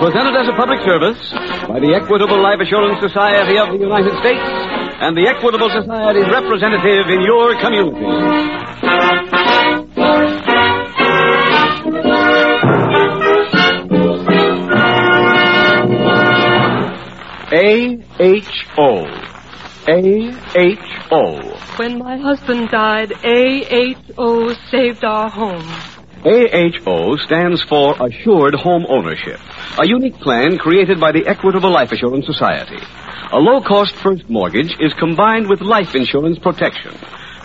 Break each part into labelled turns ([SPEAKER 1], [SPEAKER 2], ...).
[SPEAKER 1] Presented as a public service by the Equitable Life Assurance Society of the United States and the Equitable Society's representative in your community. A-H-O. A-H-O.
[SPEAKER 2] When my husband died, AHO saved our home.
[SPEAKER 1] AHO stands for Assured Home Ownership, a unique plan created by the Equitable Life Assurance Society. A low cost first mortgage is combined with life insurance protection,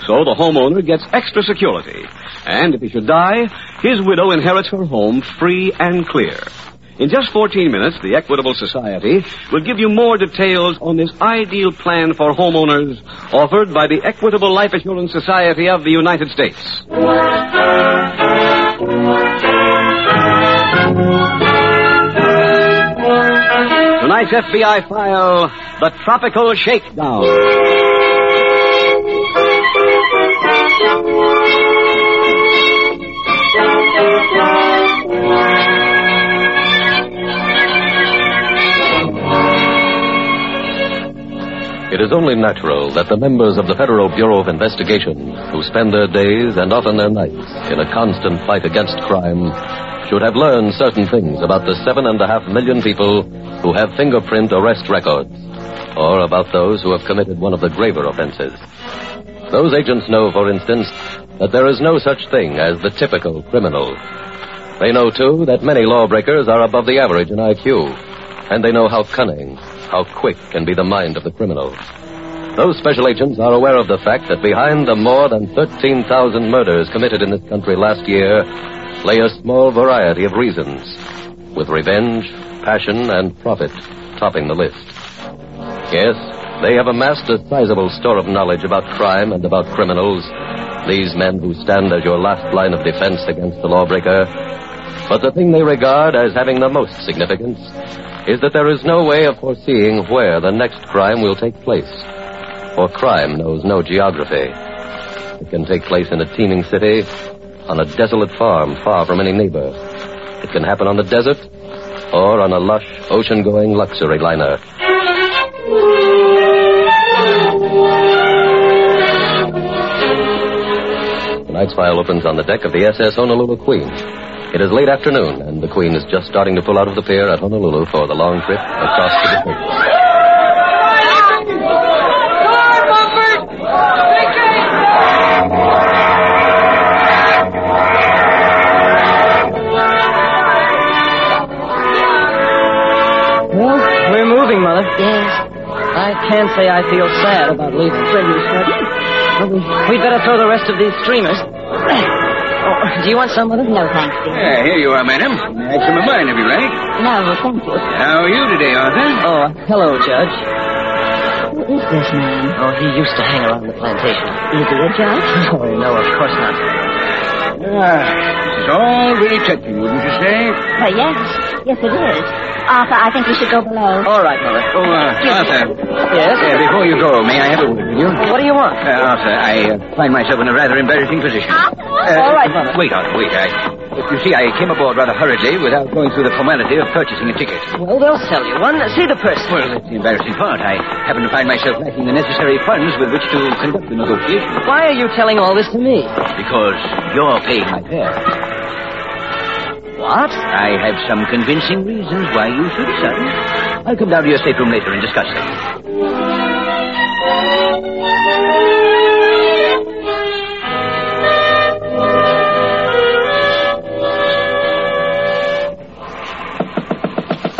[SPEAKER 1] so the homeowner gets extra security. And if he should die, his widow inherits her home free and clear. In just 14 minutes, the Equitable Society will give you more details on this ideal plan for homeowners offered by the Equitable Life Assurance Society of the United States. Tonight's FBI file The Tropical Shakedown.
[SPEAKER 3] It is only natural that the members of the Federal Bureau of Investigation, who spend their days and often their nights in a constant fight against crime, should have learned certain things about the seven and a half million people who have fingerprint arrest records, or about those who have committed one of the graver offenses. Those agents know, for instance, that there is no such thing as the typical criminal. They know, too, that many lawbreakers are above the average in IQ, and they know how cunning, how quick can be the mind of the criminal. Those special agents are aware of the fact that behind the more than 13,000 murders committed in this country last year lay a small variety of reasons, with revenge, passion, and profit topping the list. Yes, they have amassed a sizable store of knowledge about crime and about criminals, these men who stand as your last line of defense against the lawbreaker. But the thing they regard as having the most significance is that there is no way of foreseeing where the next crime will take place. For crime knows no geography. It can take place in a teeming city, on a desolate farm far from any neighbor. It can happen on the desert, or on a lush, ocean going luxury liner. Tonight's file opens on the deck of the SS Honolulu Queen. It is late afternoon, and the Queen is just starting to pull out of the pier at Honolulu for the long trip across the Pacific.
[SPEAKER 4] Well, we're moving, Mother.
[SPEAKER 2] Yes.
[SPEAKER 4] I can't say I feel sad about leaving Freddie's but we, we'd better throw the rest of these streamers. Oh, do you want some, Mother?
[SPEAKER 5] No, thanks, dear.
[SPEAKER 1] Yeah, here you are, madam. Have some of mine, if you like.
[SPEAKER 5] No, thank you.
[SPEAKER 1] How are you today, Arthur?
[SPEAKER 4] Oh, hello, Judge.
[SPEAKER 5] Who is this man?
[SPEAKER 4] Oh, he used to hang around the plantation.
[SPEAKER 5] Is he a judge?
[SPEAKER 4] Oh, no, of course not.
[SPEAKER 1] Ah, it's all very touching, wouldn't you say?
[SPEAKER 5] Oh, yes. Yes, it is. Arthur, I think we should go below.
[SPEAKER 4] All right, Mother.
[SPEAKER 1] Oh, uh, Arthur.
[SPEAKER 4] Yes?
[SPEAKER 1] Yeah, before you go, may I have a word with you?
[SPEAKER 4] What do you want?
[SPEAKER 1] Uh, Arthur, I uh, find myself in a rather embarrassing position. Uh,
[SPEAKER 4] All right, Mother.
[SPEAKER 1] Wait, Arthur, wait. I, you see, I came aboard rather hurriedly without going through the formality of purchasing a ticket.
[SPEAKER 4] Well, they'll sell you one. See the person.
[SPEAKER 1] Well, that's the embarrassing part. I happen to find myself lacking the necessary funds with which to conduct the negotiation
[SPEAKER 4] Why are you telling all this to me?
[SPEAKER 1] because you're paying my fare.
[SPEAKER 4] What?
[SPEAKER 1] I have some convincing reasons why you should, son. I'll come down to your stateroom later and discuss them.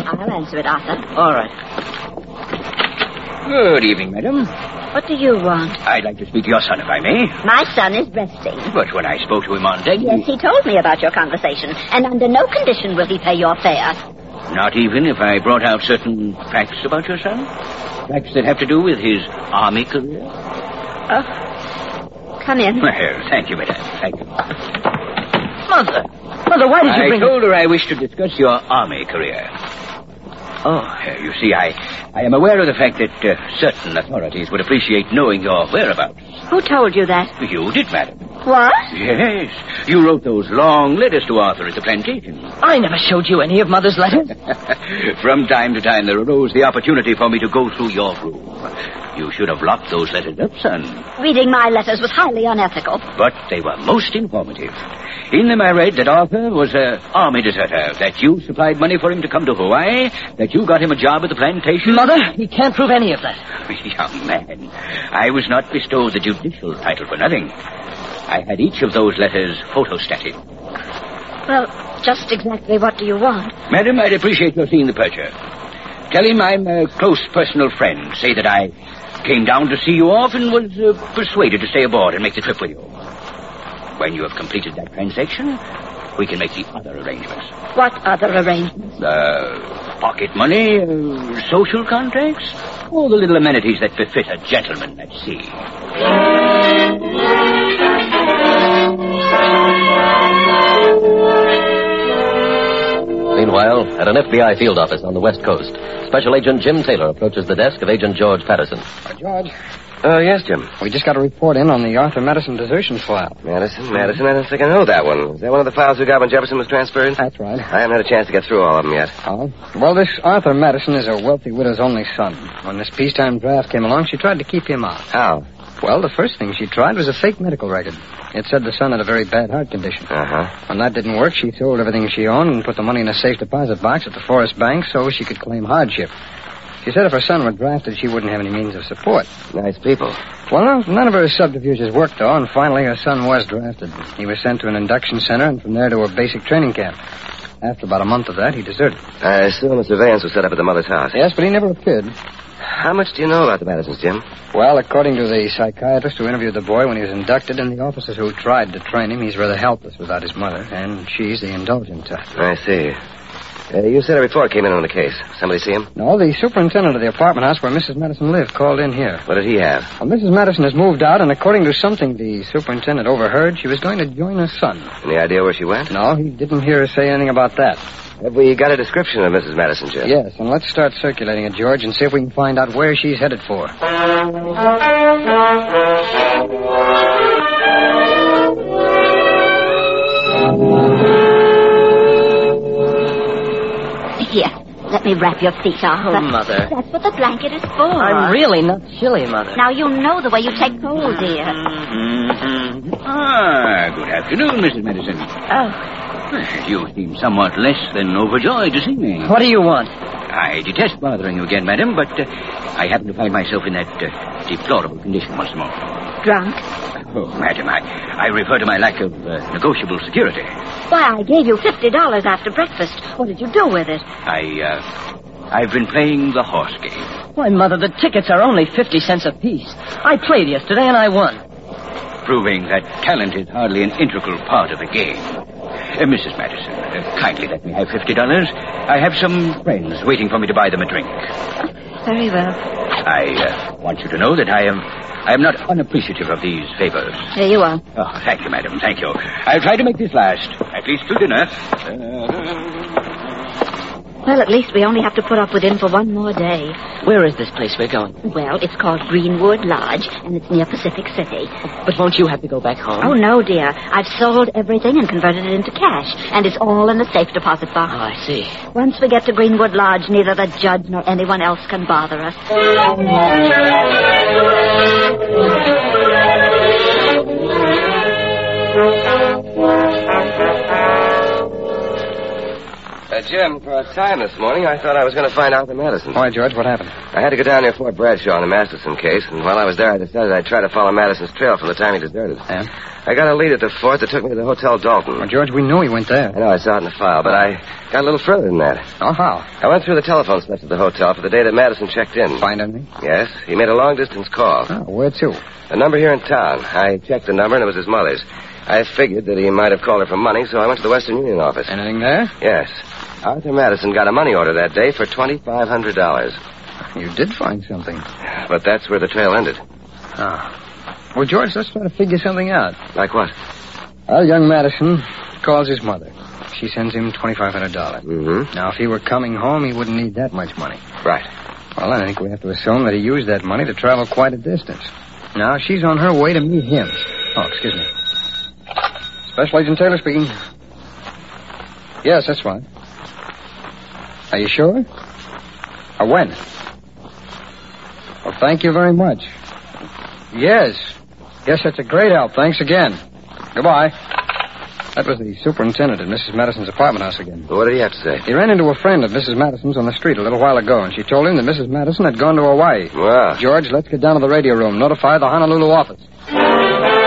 [SPEAKER 5] I'll answer it, Arthur.
[SPEAKER 4] All right.
[SPEAKER 1] Good evening, madam.
[SPEAKER 5] What do you want?
[SPEAKER 1] I'd like to speak to your son, if I may.
[SPEAKER 5] My son is resting.
[SPEAKER 1] But when I spoke to him on deck,
[SPEAKER 5] Yes, he told me about your conversation, and under no condition will he pay your fare.
[SPEAKER 1] Not even if I brought out
[SPEAKER 4] Hmm.
[SPEAKER 1] certain facts about your son? Facts that have to do with his army career?
[SPEAKER 5] Oh, Come in.
[SPEAKER 1] Well, thank you, madam. Thank you.
[SPEAKER 4] Mother! Mother, why did you
[SPEAKER 1] I
[SPEAKER 4] bring...
[SPEAKER 1] told her I wished to discuss your army career. Oh, uh, you see, I, I am aware of the fact that uh, certain authorities would appreciate knowing your whereabouts.
[SPEAKER 5] Who told you that?
[SPEAKER 1] You did, madam.
[SPEAKER 5] What?
[SPEAKER 1] Yes, you wrote those long letters to Arthur at the plantation.
[SPEAKER 4] I never showed you any of Mother's letters.
[SPEAKER 1] From time to time, there arose the opportunity for me to go through your room. You should have locked those letters up, son.
[SPEAKER 5] Reading my letters was highly unethical.
[SPEAKER 1] But they were most informative. In them, I read that Arthur was an army deserter, that you supplied money for him to come to Hawaii, that you got him a job at the plantation.
[SPEAKER 4] Mother, he can't prove any of that.
[SPEAKER 1] Young man, I was not bestowed the judicial title for nothing. I had each of those letters photostated.
[SPEAKER 5] Well, just exactly what do you want?
[SPEAKER 1] Madam, I'd appreciate your seeing the purchaser. Tell him I'm a close personal friend. Say that I came down to see you off and was uh, persuaded to stay aboard and make the trip with you. When you have completed that transaction, we can make the other arrangements.
[SPEAKER 5] What other arrangements?
[SPEAKER 1] Uh, pocket money, uh, social contracts, all the little amenities that befit a gentleman at sea.
[SPEAKER 6] Meanwhile, at an FBI field office on the West Coast, Special Agent Jim Taylor approaches the desk of Agent George Patterson.
[SPEAKER 7] George,
[SPEAKER 3] Uh, yes, Jim.
[SPEAKER 7] we just got a report in on the Arthur Madison desertion file.
[SPEAKER 3] Madison, Madison, I don't think I know that one. Is that one of the files we got when Jefferson was transferred?
[SPEAKER 7] That's right.
[SPEAKER 3] I haven't had a chance to get through all of them yet.
[SPEAKER 7] Oh. Well, this Arthur Madison is a wealthy widow's only son. When this peacetime draft came along, she tried to keep him out.
[SPEAKER 3] How?
[SPEAKER 7] Well, the first thing she tried was a fake medical record. It said the son had a very bad heart condition.
[SPEAKER 3] Uh huh.
[SPEAKER 7] When that didn't work, she sold everything she owned and put the money in a safe deposit box at the Forest Bank so she could claim hardship. She said if her son were drafted, she wouldn't have any means of support.
[SPEAKER 3] Nice people.
[SPEAKER 7] Well, no, none of her subterfuges worked, though, and finally her son was drafted. He was sent to an induction center and from there to a basic training camp. After about a month of that, he deserted.
[SPEAKER 3] I assume the surveillance was set up at the mother's house.
[SPEAKER 7] Yes, but he never appeared.
[SPEAKER 3] How much do you know about the Madisons, Jim?
[SPEAKER 7] Well, according to the psychiatrist who interviewed the boy when he was inducted and the officers who tried to train him, he's rather helpless without his mother, and she's the indulgent type.
[SPEAKER 3] I see. Uh, you said a report came in on the case. Somebody see him?
[SPEAKER 7] No, the superintendent of the apartment house where Mrs. Madison lived called in here.
[SPEAKER 3] What did he have?
[SPEAKER 7] Well, Mrs. Madison has moved out, and according to something the superintendent overheard, she was going to join her son.
[SPEAKER 3] Any idea where she went?
[SPEAKER 7] No, he didn't hear her say anything about that.
[SPEAKER 3] Have we got a description of Mrs. Madison, Jim?
[SPEAKER 7] Yes, and let's start circulating it, George, and see if we can find out where she's headed for.
[SPEAKER 5] Here, let me wrap your feet, Arthur.
[SPEAKER 4] Oh, Mother.
[SPEAKER 5] That's what the blanket is for.
[SPEAKER 4] I'm really Mm-hmm. not chilly, Mother.
[SPEAKER 5] Now you know the way you take cold, dear. Mm-hmm.
[SPEAKER 1] Mhm. Ah, good afternoon, Mrs. Madison.
[SPEAKER 4] Oh.
[SPEAKER 1] You seem somewhat less than overjoyed to see me.
[SPEAKER 4] What do you want?
[SPEAKER 1] I detest bothering you again, madam, but uh, I happen to find myself in that uh, deplorable condition once more.
[SPEAKER 5] Drunk.
[SPEAKER 1] Oh, madam, I, I refer to my lack of uh, negotiable security.
[SPEAKER 5] Why, I gave you $50 after breakfast. What did you do with it?
[SPEAKER 1] I, uh, I've been playing the horse game.
[SPEAKER 4] Why, Mother, the tickets are only 50 cents apiece. I played yesterday and I won.
[SPEAKER 1] proving that talent is hardly an integral part of the game. Uh, Mrs. Madison, uh, kindly let me have $50. I have some friends waiting for me to buy them a drink.
[SPEAKER 5] Very well.
[SPEAKER 1] I uh, want you to know that I am I am not unappreciative of these favors.
[SPEAKER 5] Here you are.
[SPEAKER 1] Oh, thank you, madam. Thank you. I'll try to make this last, at least to dinner.
[SPEAKER 5] Well, at least we only have to put up with him for one more day.
[SPEAKER 4] Where is this place we're going?
[SPEAKER 5] Well, it's called Greenwood Lodge, and it's near Pacific City.
[SPEAKER 4] But won't you have to go back home?
[SPEAKER 5] Oh, no, dear. I've sold everything and converted it into cash, and it's all in the safe deposit
[SPEAKER 4] Oh,
[SPEAKER 5] box.
[SPEAKER 4] I see.
[SPEAKER 5] Once we get to Greenwood Lodge, neither the judge nor anyone else can bother us.
[SPEAKER 3] Uh, Jim, for a time this morning, I thought I was going to find out the Madison.
[SPEAKER 7] Why, George, what happened?
[SPEAKER 3] I had to go down near Fort Bradshaw on the Masterson case, and while I was there, I decided I'd try to follow Madison's trail from the time he deserted.
[SPEAKER 7] Yeah?
[SPEAKER 3] I got a lead at the fort that took me to the Hotel Dalton.
[SPEAKER 7] Well, George, we knew he went there.
[SPEAKER 3] I know I saw it in the file, but I got a little further than that.
[SPEAKER 7] Oh, how?
[SPEAKER 3] I went through the telephone slips at the hotel for the day that Madison checked in.
[SPEAKER 7] Find anything?
[SPEAKER 3] Yes, he made a long distance call.
[SPEAKER 7] Oh, where to?
[SPEAKER 3] A number here in town. I checked the number, and it was his mother's. I figured that he might have called her for money, so I went to the Western Union office.
[SPEAKER 7] Anything there?
[SPEAKER 3] Yes. Arthur Madison got a money order that day for $2,500.
[SPEAKER 7] You did find something.
[SPEAKER 3] But that's where the trail ended.
[SPEAKER 7] Ah. Well, George, let's try to figure something out.
[SPEAKER 3] Like what?
[SPEAKER 7] Well, young Madison calls his mother. She sends him $2,500.
[SPEAKER 3] Mm-hmm.
[SPEAKER 7] Now, if he were coming home, he wouldn't need that much money.
[SPEAKER 3] Right.
[SPEAKER 7] Well, I think we have to assume that he used that money to travel quite a distance. Now, she's on her way to meet him. Oh, excuse me. Special Agent Taylor speaking. Yes, that's right. Are you sure? Or when? Well, thank you very much. Yes. Yes, that's a great help. Thanks again. Goodbye. That was the superintendent at Mrs. Madison's apartment house again.
[SPEAKER 3] What did he have to say?
[SPEAKER 7] He ran into a friend of Mrs. Madison's on the street a little while ago, and she told him that Mrs. Madison had gone to Hawaii.
[SPEAKER 3] Well,
[SPEAKER 7] George, let's get down to the radio room. Notify the Honolulu office.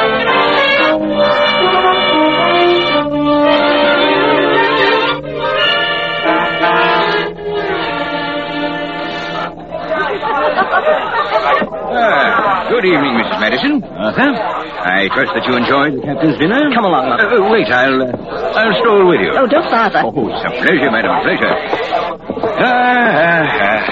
[SPEAKER 1] Ah, good evening, Mrs. Madison.
[SPEAKER 5] Uh-huh.
[SPEAKER 1] Arthur, I trust that you enjoyed the captain's dinner. Come along, Arthur. wait, I'll, uh, I'll stroll with you.
[SPEAKER 5] Oh, don't bother.
[SPEAKER 1] Oh, it's a pleasure, madam, a pleasure. Ah, ah, ah.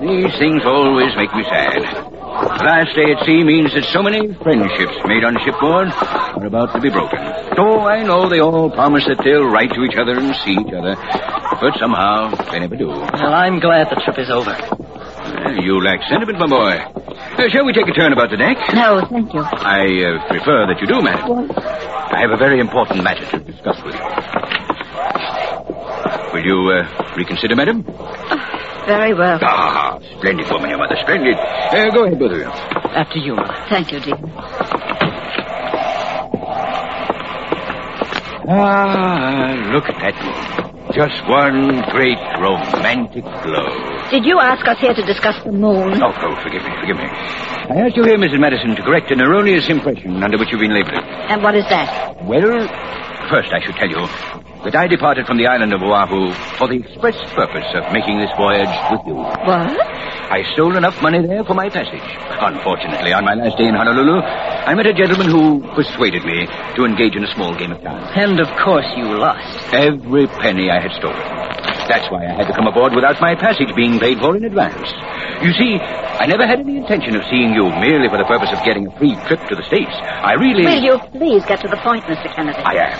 [SPEAKER 1] These things always make me sad. The last day at sea means that so many friendships made on shipboard are about to be broken. Oh, I know they all promise that they'll write to each other and see each other, but somehow they never do.
[SPEAKER 4] Well, I'm glad the trip is over.
[SPEAKER 1] Well, you lack sentiment, my boy. Uh, shall we take a turn about the deck?
[SPEAKER 5] No, thank you.
[SPEAKER 1] I uh, prefer that you do, madam. I have a very important matter to discuss with you. Will you uh, reconsider, madam?
[SPEAKER 5] Very well.
[SPEAKER 1] Ah, splendid woman, your mother, splendid. Uh, go ahead, both of you.
[SPEAKER 4] After you, Mother.
[SPEAKER 5] Thank you, dear.
[SPEAKER 1] Ah, look at that moon. Just one great romantic glow.
[SPEAKER 5] Did you ask us here to discuss the moon?
[SPEAKER 1] Oh, oh, forgive me, forgive me. I asked you here, Mrs. Madison, to correct an erroneous impression under which you've been laboring.
[SPEAKER 5] And what is that?
[SPEAKER 1] Well, first I should tell you that I departed from the island of Oahu for the express purpose of making this voyage with you.
[SPEAKER 5] What?
[SPEAKER 1] I stole enough money there for my passage. Unfortunately, on my last day in Honolulu, I met a gentleman who persuaded me to engage in a small game of cards.
[SPEAKER 4] And of course you lost.
[SPEAKER 1] Every penny I had stolen. That's why I had to come aboard without my passage being paid for in advance. You see, I never had any intention of seeing you merely for the purpose of getting a free trip to the States. I really.
[SPEAKER 5] Will you please get to the point, Mr. Kennedy?
[SPEAKER 1] I am.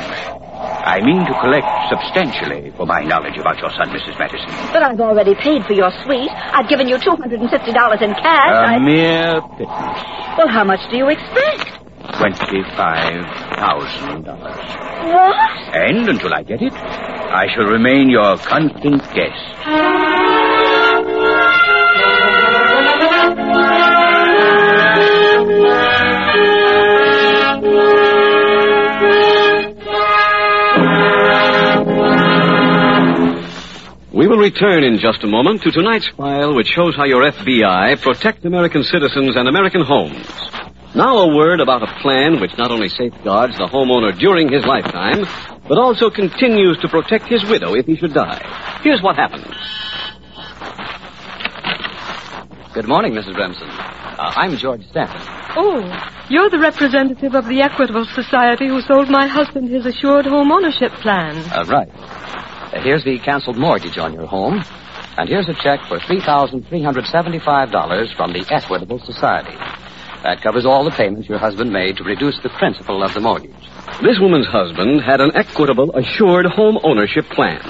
[SPEAKER 1] I mean to collect substantially for my knowledge about your son, Mrs. Madison.
[SPEAKER 5] But I've already paid for your suite. I've given you $250 in cash.
[SPEAKER 1] A
[SPEAKER 5] I...
[SPEAKER 1] mere pittance.
[SPEAKER 5] Well, how much do you expect?
[SPEAKER 1] $25,000.
[SPEAKER 5] What?
[SPEAKER 1] And until I get it, I shall remain your constant guest.
[SPEAKER 8] We will return in just a moment to tonight's file, which shows how your FBI protect American citizens and American homes. Now, a word about a plan which not only safeguards the homeowner during his lifetime, but also continues to protect his widow if he should die. Here's what happens.
[SPEAKER 7] Good morning, Mrs. Remsen. Uh, I'm George Stafford.
[SPEAKER 2] Oh, you're the representative of the Equitable Society who sold my husband his assured home ownership plan.
[SPEAKER 7] Uh, right. Uh, here's the canceled mortgage on your home. And here's a check for $3,375 from the Equitable Society. That covers all the payments your husband made to reduce the principal of the mortgage.
[SPEAKER 8] This woman's husband had an equitable, assured home ownership plan.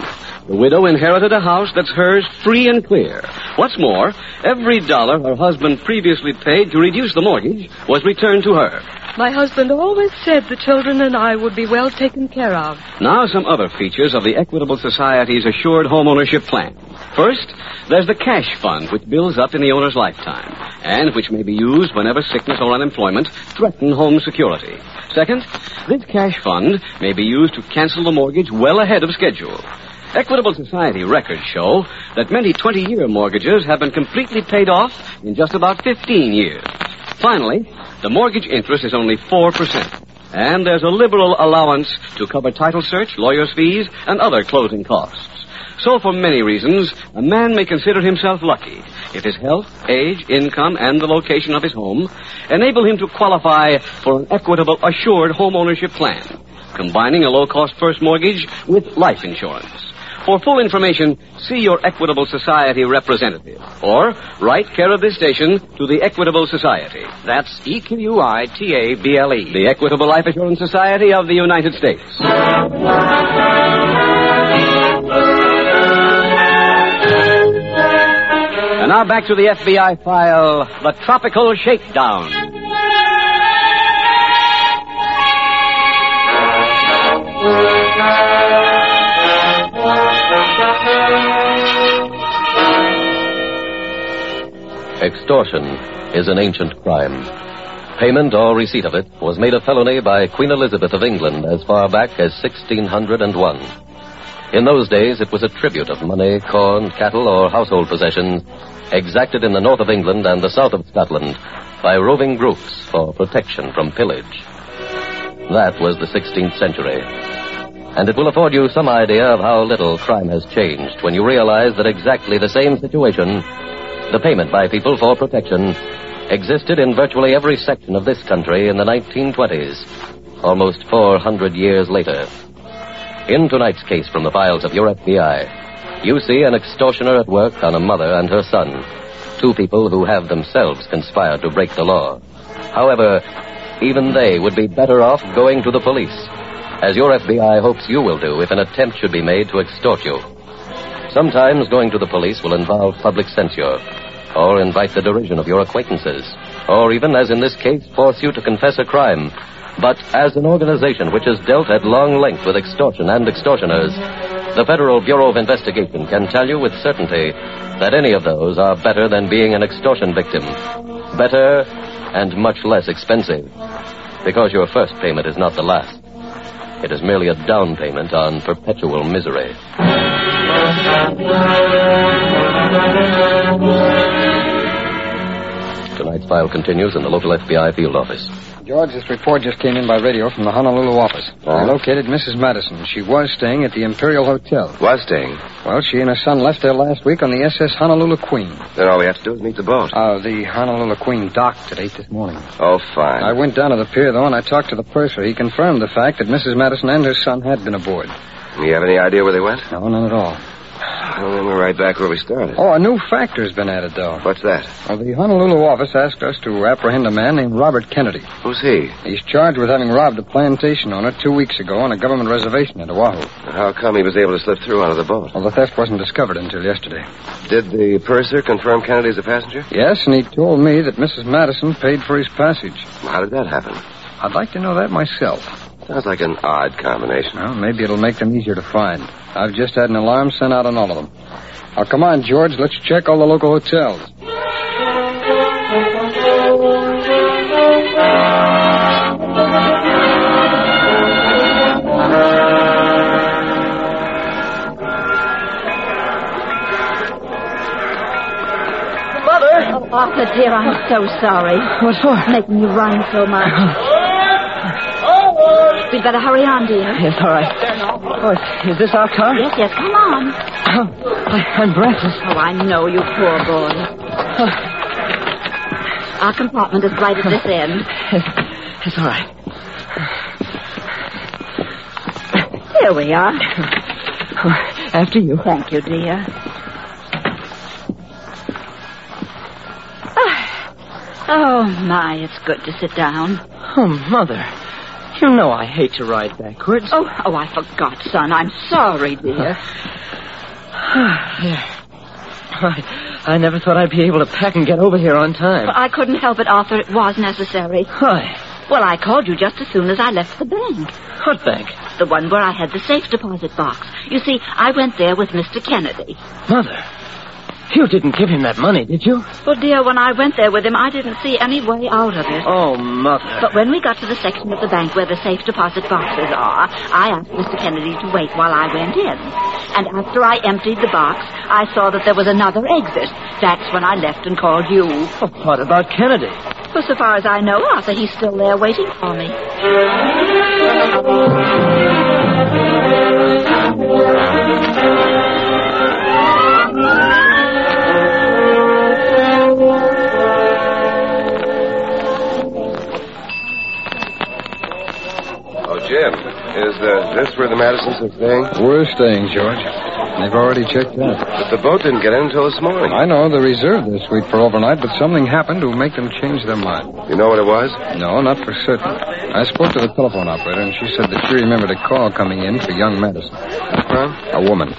[SPEAKER 8] The widow inherited a house that's hers free and clear. What's more, every dollar her husband previously paid to reduce the mortgage was returned to her.
[SPEAKER 2] My husband always said the children and I would be well taken care of.
[SPEAKER 8] Now, some other features of the Equitable Society's assured home ownership plan. First, there's the cash fund, which builds up in the owner's lifetime and which may be used whenever sickness or unemployment threaten home security. Second, this cash fund may be used to cancel the mortgage well ahead of schedule. Equitable Society records show that many 20 year mortgages have been completely paid off in just about 15 years. Finally, the mortgage interest is only 4%. And there's a liberal allowance to cover title search, lawyer's fees, and other closing costs.
[SPEAKER 1] So, for many reasons, a man may consider himself lucky if his health, age, income, and the location of his home enable him to qualify for an equitable, assured home ownership plan, combining a low cost first mortgage with life insurance. For full information, see your Equitable Society representative or write care of this station to the Equitable Society. That's E Q U I T A B L E. The Equitable Life Assurance Society of the United States. And now back to the FBI file The Tropical Shakedown.
[SPEAKER 3] Extortion is an ancient crime. Payment or receipt of it was made a felony by Queen Elizabeth of England as far back as 1601. In those days, it was a tribute of money, corn, cattle, or household possessions exacted in the north of England and the south of Scotland by roving groups for protection from pillage. That was the 16th century. And it will afford you some idea of how little crime has changed when you realize that exactly the same situation the payment by people for protection existed in virtually every section of this country in the 1920s, almost 400 years later. In tonight's case from the files of your FBI, you see an extortioner at work on a mother and her son, two people who have themselves conspired to break the law. However, even they would be better off going to the police, as your FBI hopes you will do if an attempt should be made to extort you. Sometimes going to the police will involve public censure, or invite the derision of your acquaintances, or even, as in this case, force you to confess a crime. But as an organization which has dealt at long length with extortion and extortioners, the Federal Bureau of Investigation can tell you with certainty that any of those are better than being an extortion victim. Better and much less expensive. Because your first payment is not the last. It is merely a down payment on perpetual misery. Tonight's file continues in the local FBI field office.
[SPEAKER 7] George, this report just came in by radio from the Honolulu office. I
[SPEAKER 9] Oh.
[SPEAKER 7] located Mrs. Madison. She was staying at the Imperial Hotel.
[SPEAKER 9] Was staying.
[SPEAKER 7] Well, she and her son left there last week on the SS Honolulu Queen.
[SPEAKER 9] Then all we have to do is meet the boat.
[SPEAKER 7] Uh, the Honolulu Queen docked at 8 this morning.
[SPEAKER 9] Oh, fine.
[SPEAKER 7] I went down to the pier, though, and I talked to the purser. He confirmed the fact that Mrs. Madison and her son had been aboard.
[SPEAKER 9] You have any idea where they went?
[SPEAKER 7] No, none at all.
[SPEAKER 9] Well, then we're right back where we started.
[SPEAKER 7] Oh, a new factor's been added, though.
[SPEAKER 9] What's that?
[SPEAKER 7] Well, the Honolulu office asked us to apprehend a man named Robert Kennedy.
[SPEAKER 9] Who's he?
[SPEAKER 7] He's charged with having robbed a plantation owner two weeks ago on a government reservation at Oahu.
[SPEAKER 9] How come he was able to slip through onto the boat?
[SPEAKER 7] Well, the theft wasn't discovered until yesterday.
[SPEAKER 9] Did the purser confirm Kennedy's a passenger?
[SPEAKER 7] Yes, and he told me that Mrs. Madison paid for his passage.
[SPEAKER 9] How did that happen?
[SPEAKER 7] I'd like to know that myself.
[SPEAKER 9] Sounds like an odd combination.
[SPEAKER 7] Well, maybe it'll make them easier to find. I've just had an alarm sent out on all of them. Now, come on, George. Let's check all the local hotels.
[SPEAKER 4] Mother!
[SPEAKER 5] Oh, Arthur, dear, I'm so sorry.
[SPEAKER 4] What for?
[SPEAKER 5] Making you run so much. We'd better hurry on, dear.
[SPEAKER 4] Oh. Yes, all right. Oh, is this our car?
[SPEAKER 5] Yes, yes, come on.
[SPEAKER 4] Oh, I, I'm breathless.
[SPEAKER 5] Oh, I know you poor boy.
[SPEAKER 4] Oh.
[SPEAKER 5] Our compartment is right at this end.
[SPEAKER 4] It's, it's all right.
[SPEAKER 5] Here we are.
[SPEAKER 4] After you.
[SPEAKER 5] Thank you, dear. Ah. Oh, my, it's good to sit down.
[SPEAKER 4] Oh, Mother. You know I hate to ride backwards.
[SPEAKER 5] Oh, oh, I forgot, son. I'm sorry, dear.
[SPEAKER 4] Uh-huh. yeah. I, I never thought I'd be able to pack and get over here on time.
[SPEAKER 5] I couldn't help it, Arthur. It was necessary.
[SPEAKER 4] Why?
[SPEAKER 5] Well, I called you just as soon as I left the bank.
[SPEAKER 4] What bank?
[SPEAKER 5] The one where I had the safe deposit box. You see, I went there with Mr. Kennedy.
[SPEAKER 4] Mother. You didn't give him that money, did you?
[SPEAKER 5] Well, dear, when I went there with him, I didn't see any way out of it.
[SPEAKER 4] Oh, Mother.
[SPEAKER 5] But when we got to the section of the bank where the safe deposit boxes are, I asked Mr. Kennedy to wait while I went in. And after I emptied the box, I saw that there was another exit. That's when I left and called you.
[SPEAKER 4] But what about Kennedy?
[SPEAKER 5] Well, so far as I know, Arthur, he's still there waiting for me.
[SPEAKER 10] Oh, Is uh, this where the Madisons are staying?
[SPEAKER 7] We're staying, George. They've already checked out.
[SPEAKER 10] But the boat didn't get in until this morning.
[SPEAKER 7] I know they reserved this suite for overnight, but something happened to make them change their mind.
[SPEAKER 10] You know what it was?
[SPEAKER 7] No, not for certain. I spoke to the telephone operator, and she said that she remembered a call coming in for young Madison.
[SPEAKER 10] Huh?
[SPEAKER 7] A woman.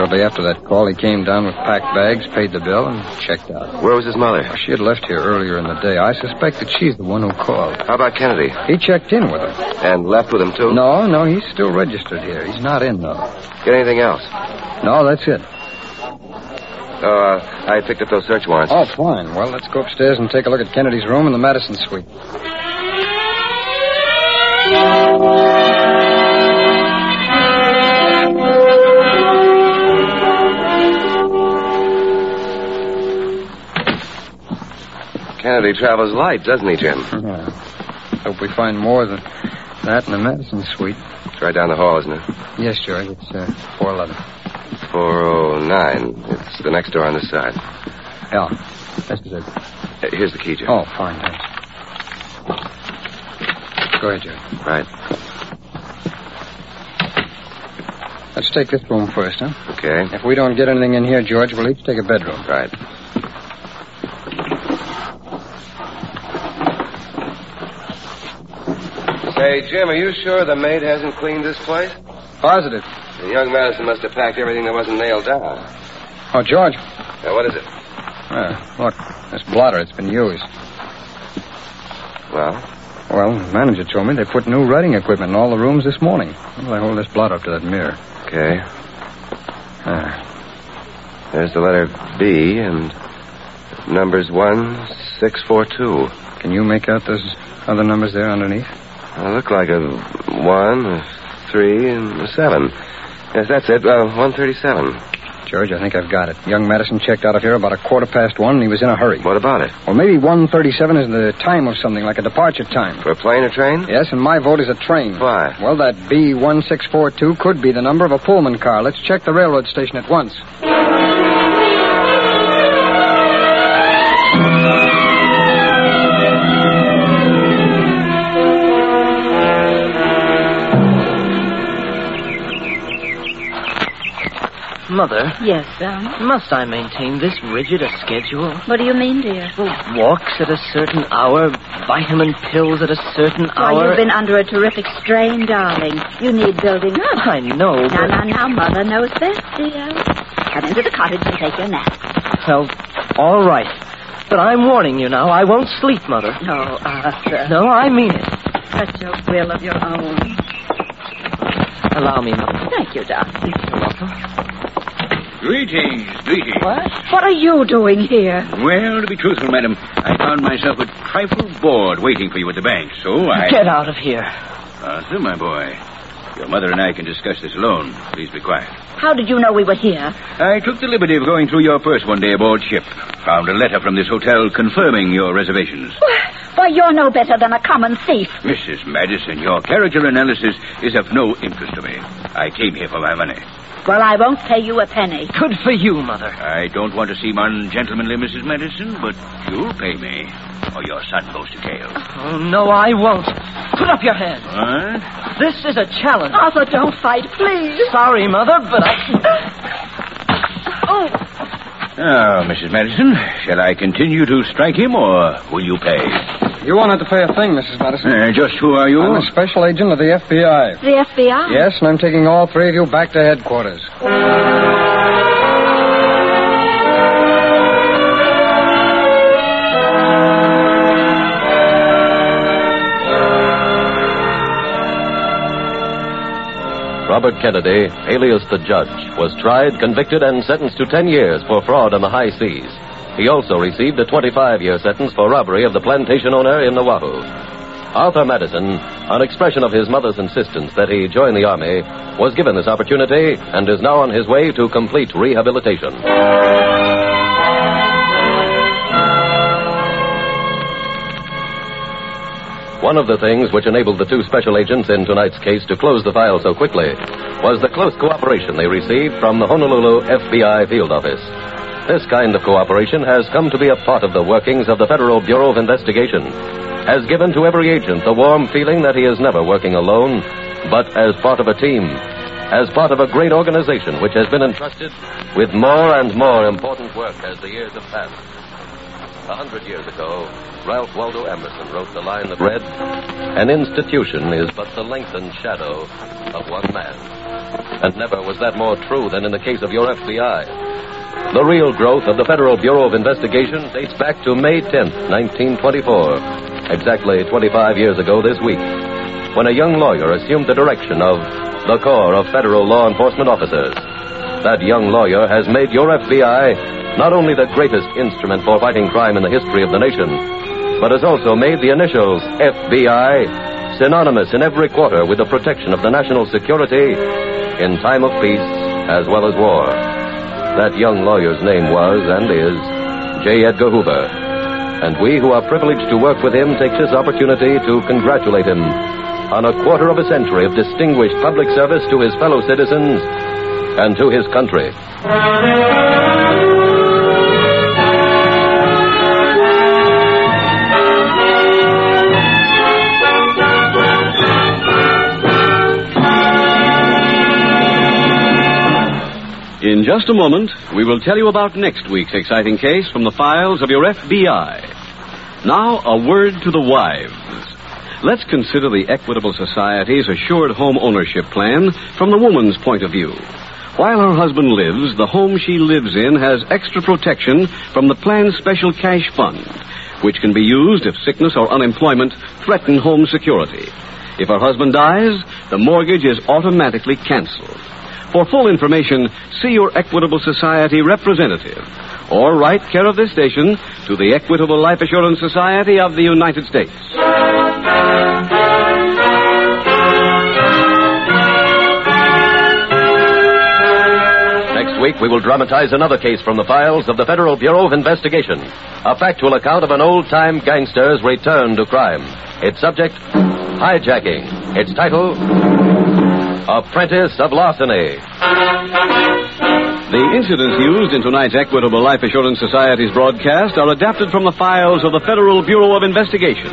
[SPEAKER 7] Shortly after that call, he came down with packed bags, paid the bill, and checked out.
[SPEAKER 10] Where was his mother?
[SPEAKER 7] She had left here earlier in the day. I suspect that she's the one who called.
[SPEAKER 10] How about Kennedy?
[SPEAKER 7] He checked in with her.
[SPEAKER 10] And left with him, too?
[SPEAKER 7] No, no, he's still registered here. He's not in, though.
[SPEAKER 10] Get anything else?
[SPEAKER 7] No, that's it.
[SPEAKER 10] Oh, uh, I picked up those search warrants.
[SPEAKER 7] Oh, fine. Well, let's go upstairs and take a look at Kennedy's room in the Madison suite.
[SPEAKER 10] Kennedy travels light, doesn't he, Jim?
[SPEAKER 7] Yeah. Hope we find more than that in the Madison suite.
[SPEAKER 10] It's right down the hall, isn't it?
[SPEAKER 7] Yes, George. It's uh, 411.
[SPEAKER 10] 409. It's the next door on this side.
[SPEAKER 7] Yeah. This is it.
[SPEAKER 10] Uh, Here's the key, Jim.
[SPEAKER 7] Oh, fine. Thanks. Go ahead, George.
[SPEAKER 10] Right.
[SPEAKER 7] Let's take this room first, huh?
[SPEAKER 10] Okay.
[SPEAKER 7] If we don't get anything in here, George, we'll each take a bedroom.
[SPEAKER 10] Right. Say, Jim, are you sure the maid hasn't cleaned this place?
[SPEAKER 7] Positive.
[SPEAKER 10] The young Madison must have packed everything that wasn't nailed down.
[SPEAKER 7] Oh, George.
[SPEAKER 10] Now, what is it?
[SPEAKER 7] Yeah, look, this blotter, it's been used.
[SPEAKER 10] Well,
[SPEAKER 7] Well, the manager told me they put new writing equipment in all the rooms this morning. How do they hold this blot up to that mirror?
[SPEAKER 10] okay.
[SPEAKER 7] Ah,
[SPEAKER 10] There's the letter B, and numbers 1642.
[SPEAKER 7] can you make out those other numbers there underneath?
[SPEAKER 10] Well, look like a 1, a 3, and a 7. Yes, that's it. Uh, 137.
[SPEAKER 7] George, I think I've got it. Young Madison checked out of here about a quarter past one, and he was in a hurry.
[SPEAKER 10] What about it?
[SPEAKER 7] Well, maybe 137 is the time of something, like a departure time.
[SPEAKER 10] For a plane or train?
[SPEAKER 7] Yes, and my vote is a train.
[SPEAKER 10] Why?
[SPEAKER 7] Well, that B1642 could be the number of a Pullman car. Let's check the railroad station at once.
[SPEAKER 4] Mother,
[SPEAKER 5] Yes, son.
[SPEAKER 4] must I maintain this rigid a schedule?
[SPEAKER 5] What do you mean, dear?
[SPEAKER 4] Walks at a certain hour, vitamin pills at a certain
[SPEAKER 5] Why,
[SPEAKER 4] hour.
[SPEAKER 5] you've been under a terrific strain, darling. You need building up.
[SPEAKER 4] I know,
[SPEAKER 5] Now,
[SPEAKER 4] but
[SPEAKER 5] now, now, Mother knows this, dear. Come into the cottage and take your nap.
[SPEAKER 4] well, all right. But I'm warning you now. I won't sleep, Mother.
[SPEAKER 5] No, Arthur.
[SPEAKER 4] No, I mean it.
[SPEAKER 5] Such a will of your own.
[SPEAKER 4] Allow me, Mother.
[SPEAKER 5] Thank you, darling.
[SPEAKER 4] You're welcome.
[SPEAKER 1] Greetings, greetings.
[SPEAKER 4] What?
[SPEAKER 5] What are you doing here?
[SPEAKER 1] Well, to be truthful, madam, I found myself a trifle bored waiting for you at the bank, so I.
[SPEAKER 4] Get out of here.
[SPEAKER 1] Arthur, my boy, your mother and I can discuss this alone. Please be quiet.
[SPEAKER 5] How did you know we were here?
[SPEAKER 1] I took the liberty of going through your purse one day aboard ship. Found a letter from this hotel confirming your reservations.
[SPEAKER 5] Why, you're no better than a common thief.
[SPEAKER 1] Mrs. Madison, your character analysis is of no interest to me. I came here for my money.
[SPEAKER 5] Well, I won't pay you a penny.
[SPEAKER 4] Good for you, Mother.
[SPEAKER 1] I don't want to seem ungentlemanly, Mrs. Madison, but you'll pay me, or your son goes to jail.
[SPEAKER 4] Oh, no, I won't. Put up your hand.
[SPEAKER 1] What?
[SPEAKER 4] This is a challenge.
[SPEAKER 5] Arthur, don't fight, please.
[SPEAKER 4] Sorry, Mother, but I.
[SPEAKER 5] Oh,
[SPEAKER 1] Now, Mrs. Madison, shall I continue to strike him, or will you pay?
[SPEAKER 7] You wanted to pay a thing, Mrs. Madison.
[SPEAKER 1] Uh, just who are you?
[SPEAKER 7] I'm a special agent of the FBI.
[SPEAKER 5] the FBI.
[SPEAKER 7] Yes, and I'm taking all three of you back to headquarters.
[SPEAKER 3] Robert Kennedy, alias the judge, was tried, convicted, and sentenced to 10 years for fraud on the high seas. He also received a 25 year sentence for robbery of the plantation owner in Oahu. Arthur Madison, on expression of his mother's insistence that he join the Army, was given this opportunity and is now on his way to complete rehabilitation. One of the things which enabled the two special agents in tonight's case to close the file so quickly was the close cooperation they received from the Honolulu FBI field office. This kind of cooperation has come to be a part of the workings of the Federal Bureau of Investigation, has given to every agent the warm feeling that he is never working alone but as part of a team, as part of a great organization which has been entrusted with more and more important work as the years have passed. A hundred years ago, Ralph Waldo Emerson wrote the line that read, An institution is but the lengthened shadow of one man. And never was that more true than in the case of your FBI. The real growth of the Federal Bureau of Investigation dates back to May 10th, 1924, exactly 25 years ago this week, when a young lawyer assumed the direction of the Corps of Federal Law Enforcement Officers. That young lawyer has made your FBI not only the greatest instrument for fighting crime in the history of the nation, but has also made the initials FBI synonymous in every quarter with the protection of the national security in time of peace as well as war. That young lawyer's name was and is J. Edgar Hoover. And we who are privileged to work with him take this opportunity to congratulate him on a quarter of a century of distinguished public service to his fellow citizens and to his country.
[SPEAKER 1] In just a moment, we will tell you about next week's exciting case from the files of your FBI. Now, a word to the wives. Let's consider the Equitable Society's assured home ownership plan from the woman's point of view. While her husband lives, the home she lives in has extra protection from the plan's special cash fund, which can be used if sickness or unemployment threaten home security. If her husband dies, the mortgage is automatically canceled. For full information, see your Equitable Society representative or write care of this station to the Equitable Life Assurance Society of the United States.
[SPEAKER 3] Next week, we will dramatize another case from the files of the Federal Bureau of Investigation. A factual account of an old time gangster's return to crime. Its subject, hijacking. Its title, Apprentice of Larceny.
[SPEAKER 1] The incidents used in tonight's Equitable Life Assurance Society's broadcast are adapted from the files of the Federal Bureau of Investigation.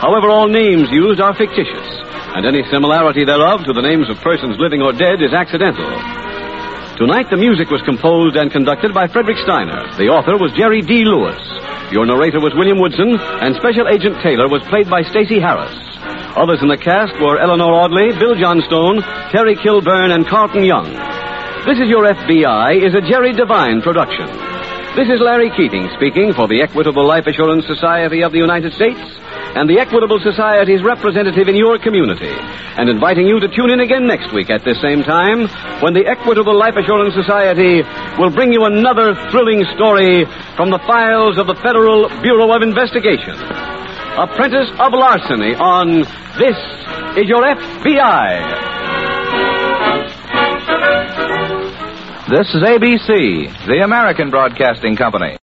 [SPEAKER 1] However, all names used are fictitious, and any similarity thereof to the names of persons living or dead is accidental. Tonight, the music was composed and conducted by Frederick Steiner. The author was Jerry D. Lewis. Your narrator was William Woodson, and Special Agent Taylor was played by Stacey Harris. Others in the cast were Eleanor Audley, Bill Johnstone, Terry Kilburn, and Carlton Young. This is Your FBI is a Jerry Devine production. This is Larry Keating speaking for the Equitable Life Assurance Society of the United States and the Equitable Society's representative in your community, and inviting you to tune in again next week at this same time when the Equitable Life Assurance Society will bring you another thrilling story from the files of the Federal Bureau of Investigation. Apprentice of Larceny on This is Your FBI.
[SPEAKER 11] This is ABC, the American Broadcasting Company.